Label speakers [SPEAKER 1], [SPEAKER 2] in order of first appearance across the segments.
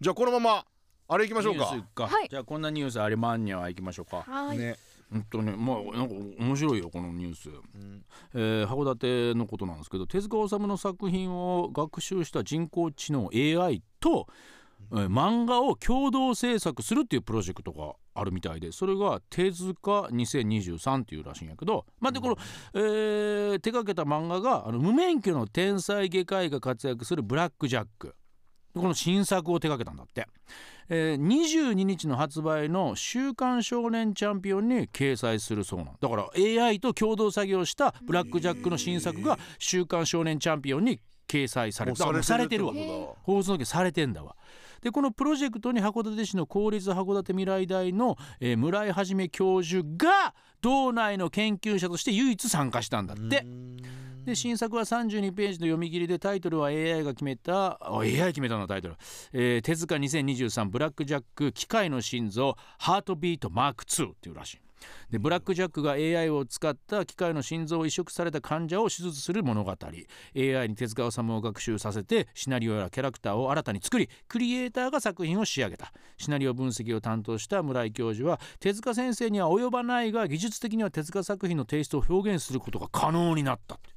[SPEAKER 1] じゃあこのままあれ行きましょう
[SPEAKER 2] ニュース
[SPEAKER 1] か
[SPEAKER 2] 行くか
[SPEAKER 3] はい
[SPEAKER 2] じゃあこんなニュースあれマンニア行きましょうか
[SPEAKER 3] はい、
[SPEAKER 1] ね
[SPEAKER 2] 本当ねまあなんか面白いよこのニュース、
[SPEAKER 1] ん
[SPEAKER 2] えー函館のことなんですけど手塚治虫の作品を学習した人工知能 AI と、えー漫画を共同制作するっていうプロジェクトがあるみたいでそれが手塚2023っていうらしいんやけどまあでこの、えー手掛けた漫画があの無免許の天才外科医が活躍する「ブラック・ジャック」この新作を手掛けたんだって。えー22日の発売の「週刊少年チャンピオン」に掲載するそうなんだから AI と共同作業した「ブラック・ジャック」の新作が「週刊少年チャンピオン」に掲載され
[SPEAKER 1] も
[SPEAKER 2] てだからもうされてるわ
[SPEAKER 1] ってこ
[SPEAKER 2] 放送局されてんだわ。でこのプロジェクトに函館市の公立函館未来大の、えー村井はじめ教授が道内の研究者として唯一参加したんだっ
[SPEAKER 1] とだ
[SPEAKER 2] て
[SPEAKER 1] う。ん
[SPEAKER 2] で新作は32ページの読み切りでタイトルは AI が決めたあ AI 決めたのタイトル、えー手塚2023ブラック・ジャック機械の心臓ハートビートマーク2っていうらしいでブラック・ジャックが AI を使った機械の心臓を移植された患者を手術する物語 AI に手塚治虫を学習させてシナリオやキャラクターを新たに作りクリエイターが作品を仕上げたシナリオ分析を担当した村井教授は手塚先生には及ばないが技術的には手塚作品のテイストを表現することが可能になったって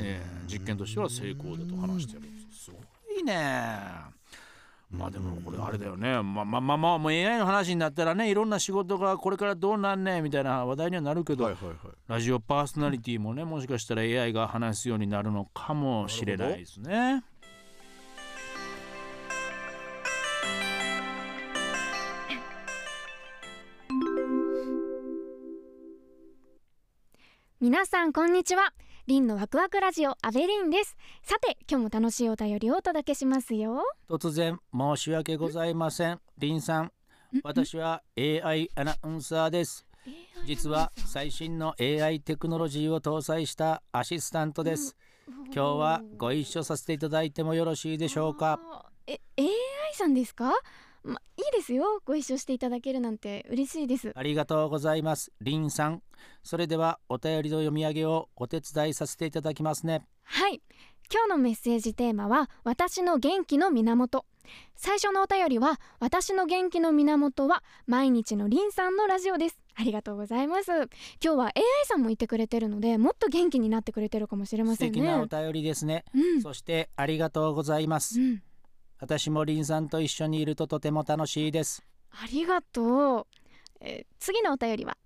[SPEAKER 2] えー実験としては成功だと話してるすごいねまあでもこれあれだよねまあまあまあまあもう AI の話になったらねいろんな仕事がこれからどうなんねみたいな話題にはなるけど、
[SPEAKER 1] はいはいはい
[SPEAKER 2] ラジオパーソナリティもねもしかしたら AI が話すようになるのかもしれないですね。
[SPEAKER 3] 皆さんこんにちはリンのワクワクラジオアベリンですさて今日も楽しいお便りをお届けしますよ
[SPEAKER 2] 突然申し訳ございませんリンさん私は AI アナウンサーです実は最新の AI テクノロジーを搭載したアシスタントです今日はご一緒させていただいてもよろしいでしょうか
[SPEAKER 3] あーえ AI さんですかまいいですよご一緒していただけるなんて嬉しいです
[SPEAKER 2] ありがとうございますリンさんそれではお便りの読み上げをお手伝いさせていただきますね
[SPEAKER 3] はい今日のメッセージテーマは私の元気の源最初のお便りは私の元気の源は毎日のりんさんのラジオですありがとうございます今日は AI さんもいてくれてるのでもっと元気になってくれてるかもしれま
[SPEAKER 2] 素
[SPEAKER 3] せんね
[SPEAKER 2] 敵なお便りですね
[SPEAKER 3] うん
[SPEAKER 2] そしてありがとうございます
[SPEAKER 3] うん、
[SPEAKER 2] 私もリンさんと一緒にいるととても楽しいです
[SPEAKER 3] ありがとう、えー次のお便りは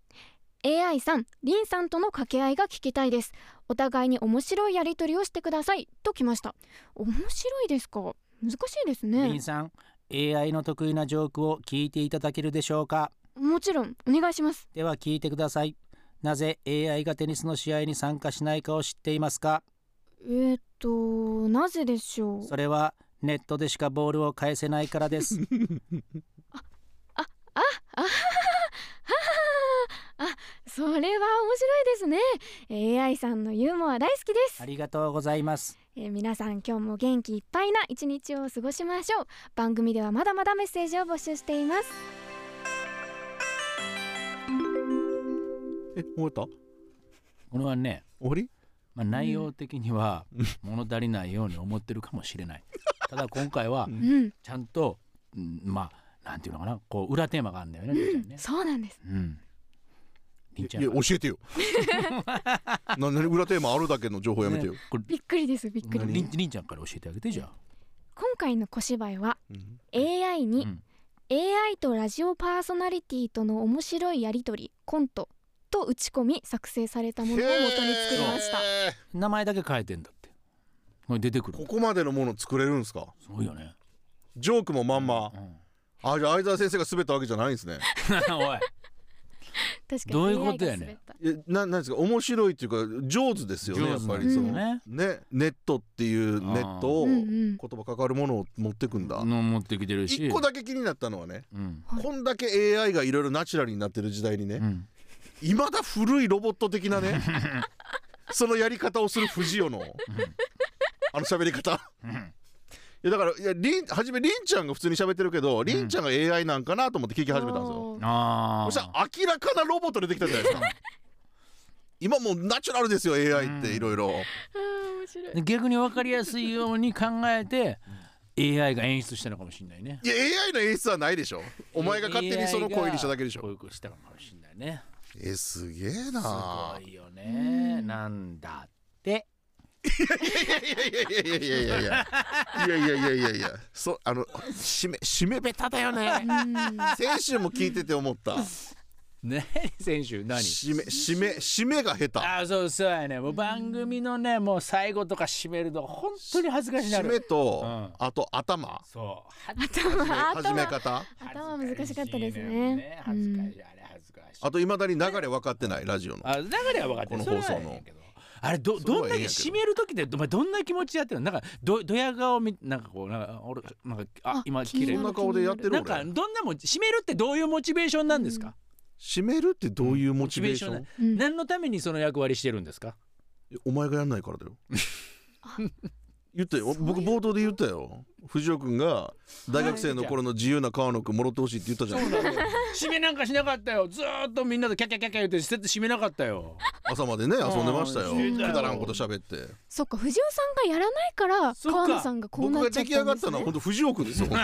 [SPEAKER 3] AI さん、リンさんとの掛け合いが聞きたいですお互いに面白いやり取りをしてくださいときました面白いですか難しいです
[SPEAKER 2] リン
[SPEAKER 3] ね
[SPEAKER 2] さん AI の得意なジョークを聞いていただけるでしょうか
[SPEAKER 3] もちろんお願いします
[SPEAKER 2] では聞いてくださいなぜ AI がテニスの試合に参加しないかを知っていますか
[SPEAKER 3] えー、っとなぜでしょう
[SPEAKER 2] それはネットでしかボールを返せないからです
[SPEAKER 3] それは面白いですねえー AI さんのユーモア大好きです
[SPEAKER 2] ありがとうございます
[SPEAKER 3] えー皆さん今日も元気いっぱいな一日を過ごしましょう番組ではまだまだメッセージを募集しています
[SPEAKER 1] え終わった
[SPEAKER 2] これはね、
[SPEAKER 1] 終わり
[SPEAKER 2] まあ、内容的には物足りないように思ってるかもしれ ないただ今回は
[SPEAKER 3] うん、
[SPEAKER 2] ちゃんと、うんまあなんていうのかなこう裏テーマがあるんだよねりんちゃんね
[SPEAKER 3] そうなんです
[SPEAKER 2] うんりんちゃ
[SPEAKER 1] い
[SPEAKER 2] ん
[SPEAKER 1] や教えて よな何裏テーマあるだけの情報やめてよ、
[SPEAKER 2] ねこれ
[SPEAKER 3] びっくりですびっくり
[SPEAKER 1] 何
[SPEAKER 2] りんりんちゃんから教えてあげてじゃあ
[SPEAKER 3] 今回の小芝居は
[SPEAKER 1] うん、
[SPEAKER 3] AI に、
[SPEAKER 2] うん
[SPEAKER 3] AI とラジオパーソナリティとの面白いやりとりコントと打ち込み作成されたものを元に作りました
[SPEAKER 1] へー
[SPEAKER 2] 名前だけ変えてんだってこれ出てく
[SPEAKER 1] こ
[SPEAKER 2] る
[SPEAKER 1] こまでのもの作れるんですか
[SPEAKER 2] すごいよね、
[SPEAKER 1] ジョークもまんま
[SPEAKER 2] うん
[SPEAKER 1] あじゃあ相沢先生が滑ったわけじゃないんですね
[SPEAKER 2] おい
[SPEAKER 3] 確かに
[SPEAKER 2] どういうこと
[SPEAKER 3] AI
[SPEAKER 2] やね
[SPEAKER 3] が
[SPEAKER 2] ん
[SPEAKER 3] 滑った
[SPEAKER 1] いやななんですか面白いっていうか上手ですよねやっぱりその、
[SPEAKER 3] 上手な
[SPEAKER 2] ね
[SPEAKER 1] ねネットっていうネットを
[SPEAKER 3] う
[SPEAKER 1] 言
[SPEAKER 3] んうん
[SPEAKER 1] 葉かかるものを持ってくんだ
[SPEAKER 2] の持ってきてるし
[SPEAKER 1] 一個だけ気になったのはね
[SPEAKER 2] うん
[SPEAKER 3] はい
[SPEAKER 1] こんだけ AI がいろいろナチュラルになってる時代に
[SPEAKER 2] う
[SPEAKER 1] ね
[SPEAKER 2] ん、
[SPEAKER 1] いまだ古いロボット的なねそのやり方をする藤尾のあの喋り方
[SPEAKER 2] うん
[SPEAKER 1] いやだからいやりんはじめりんちゃんが普通に喋ってるけどりんちゃんが AI なんかなと思って聞き始めたんですよ、
[SPEAKER 3] おー
[SPEAKER 2] あ
[SPEAKER 1] そ
[SPEAKER 2] あ
[SPEAKER 1] したら明らかなロボット出てきたじゃないですか今もうナチュラルですよ AI っていろいろ
[SPEAKER 3] あー面白い
[SPEAKER 2] で逆に分かりやすいように考えて AI が演出したのかもしれないね
[SPEAKER 1] いや AI の演出はないでしょお前が勝手にその声にしただけでしょ
[SPEAKER 2] 恋恋したのかもしれないね
[SPEAKER 1] えすげえ
[SPEAKER 2] す
[SPEAKER 1] な
[SPEAKER 2] ごいよね
[SPEAKER 3] うん
[SPEAKER 2] なんだって
[SPEAKER 1] いやいやいやいやいやいやいやいやいやいやそうあの締め締めべただよね先週も聞いてて思った
[SPEAKER 2] ね 選手何
[SPEAKER 1] 締め締め締めが下手
[SPEAKER 2] あそうそうやねもう番組のねもう最後とか締めると本当に恥ずかしにな
[SPEAKER 1] 締め
[SPEAKER 2] る
[SPEAKER 1] と、
[SPEAKER 2] うん
[SPEAKER 1] あと頭
[SPEAKER 2] そう
[SPEAKER 3] 頭
[SPEAKER 1] 始め
[SPEAKER 3] 頭
[SPEAKER 1] 方
[SPEAKER 3] 頭難しかったですね
[SPEAKER 2] 恥ずかしいあれ恥ずかしい
[SPEAKER 1] あといまだに流れ分かってないラジオの
[SPEAKER 2] あ流れは分かってる
[SPEAKER 1] この放
[SPEAKER 2] そ
[SPEAKER 1] 送の
[SPEAKER 2] れはええけどあれど
[SPEAKER 1] それ
[SPEAKER 2] ど
[SPEAKER 1] は
[SPEAKER 2] ん
[SPEAKER 1] ええん
[SPEAKER 2] だけ
[SPEAKER 1] やけど
[SPEAKER 2] 締める時でお前どんな気持ちやってるのなんかどどや顔みなんかこうなんか俺なんかあ
[SPEAKER 3] あ
[SPEAKER 2] 今
[SPEAKER 3] 気に
[SPEAKER 2] 綺
[SPEAKER 1] そ
[SPEAKER 2] 麗
[SPEAKER 3] なる
[SPEAKER 1] んな顔でやってる
[SPEAKER 2] なん
[SPEAKER 1] 俺
[SPEAKER 2] かどんなもん締めるってどういうモチベーションなんですか、
[SPEAKER 1] 締めるってどういうモチベーション
[SPEAKER 2] モチベーション
[SPEAKER 3] うん
[SPEAKER 2] 何のためにその役割してるんですか
[SPEAKER 1] お前がやんないからだよ言ったよ
[SPEAKER 3] そういう
[SPEAKER 1] 僕冒頭で言ったよ藤尾君が大学生の頃の自由な川野君もろってほしいって言ったじゃん
[SPEAKER 2] 締めなんかしなかったよずーっとみんなでキャッキャッキャッキャ言ってして締めなかったよ
[SPEAKER 1] 朝までね遊んでましたよ
[SPEAKER 2] うん
[SPEAKER 3] してたよ
[SPEAKER 1] くだらんこと喋って
[SPEAKER 3] そっか藤尾さんがやらないから
[SPEAKER 2] そっか
[SPEAKER 3] 川野さんがこう
[SPEAKER 1] 僕
[SPEAKER 3] なっ
[SPEAKER 1] が
[SPEAKER 3] ちゃ
[SPEAKER 1] 出
[SPEAKER 3] っ
[SPEAKER 1] 来上が
[SPEAKER 3] たん
[SPEAKER 1] っ
[SPEAKER 3] です
[SPEAKER 1] たのは
[SPEAKER 3] ね
[SPEAKER 1] 本当藤尾君ですよ本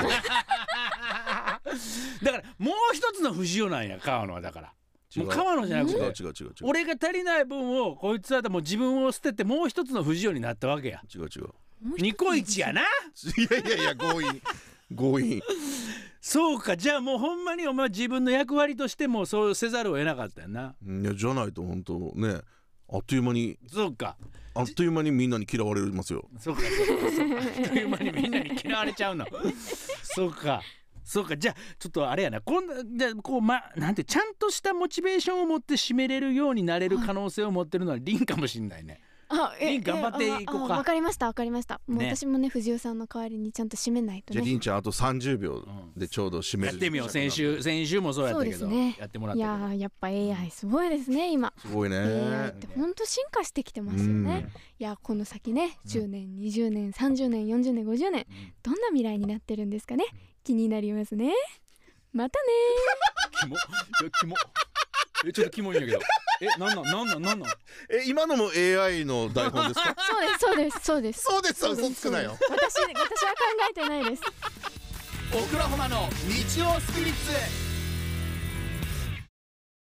[SPEAKER 2] だからもう一つの藤尾なんや川野はだから
[SPEAKER 1] 当
[SPEAKER 2] もう川野じゃなく
[SPEAKER 1] 違う違う
[SPEAKER 2] て
[SPEAKER 1] 違う違う
[SPEAKER 2] 俺が足りない分をこいつはもう自分を捨ててもう一つの藤尾になったわけや
[SPEAKER 1] 違う違う
[SPEAKER 2] ニコイチやな
[SPEAKER 1] 違ういやいやいや強引強引
[SPEAKER 2] そうかじゃあもうほんまにお前自分の役割としてもうそうせざるを得なかったよない
[SPEAKER 1] やじゃないと本当ねあっという間に
[SPEAKER 2] そうか
[SPEAKER 1] あっという間にみんなに嫌われますよ
[SPEAKER 2] そうかそうかそうかあっという間にみんなに嫌われちゃうのそうかそうかじゃあちょっとあれやなこんなじゃあこうまなんてちゃんとしたモチベーションを持って締めれるようになれる可能性を持ってるのはリンかもしんないね
[SPEAKER 3] あえ
[SPEAKER 2] リン頑張っていこうか
[SPEAKER 3] えああわかりましたわかりましたもう
[SPEAKER 2] ね
[SPEAKER 3] 私もね藤尾さんの代わりにちゃんと締めないと
[SPEAKER 1] じゃあり
[SPEAKER 3] ね
[SPEAKER 1] んちゃんあと30秒でちょうど締め
[SPEAKER 2] や
[SPEAKER 1] る
[SPEAKER 2] ってみよう先週先週もそうやったけど、
[SPEAKER 3] そうですね
[SPEAKER 2] やってもらっ
[SPEAKER 3] い
[SPEAKER 2] た
[SPEAKER 3] や
[SPEAKER 2] けど
[SPEAKER 3] ーやっぱ AI すごいですね今
[SPEAKER 1] すごいね、
[SPEAKER 3] AI って本当進化してきてますよ
[SPEAKER 1] うん
[SPEAKER 3] ねいやこの先ね10年20年30年40年50年どんな未来になってるんですかね気になりますねまたね
[SPEAKER 2] キモいやキモえちょっとキモいんやけどえなんなんなんなんなんなん
[SPEAKER 1] え今のも AI の台本ですか
[SPEAKER 3] そうですそうですそうです
[SPEAKER 1] そうですそうです嘘つくなよ
[SPEAKER 3] 私私は考えてないです
[SPEAKER 2] オクラホマの日曜スピリッツ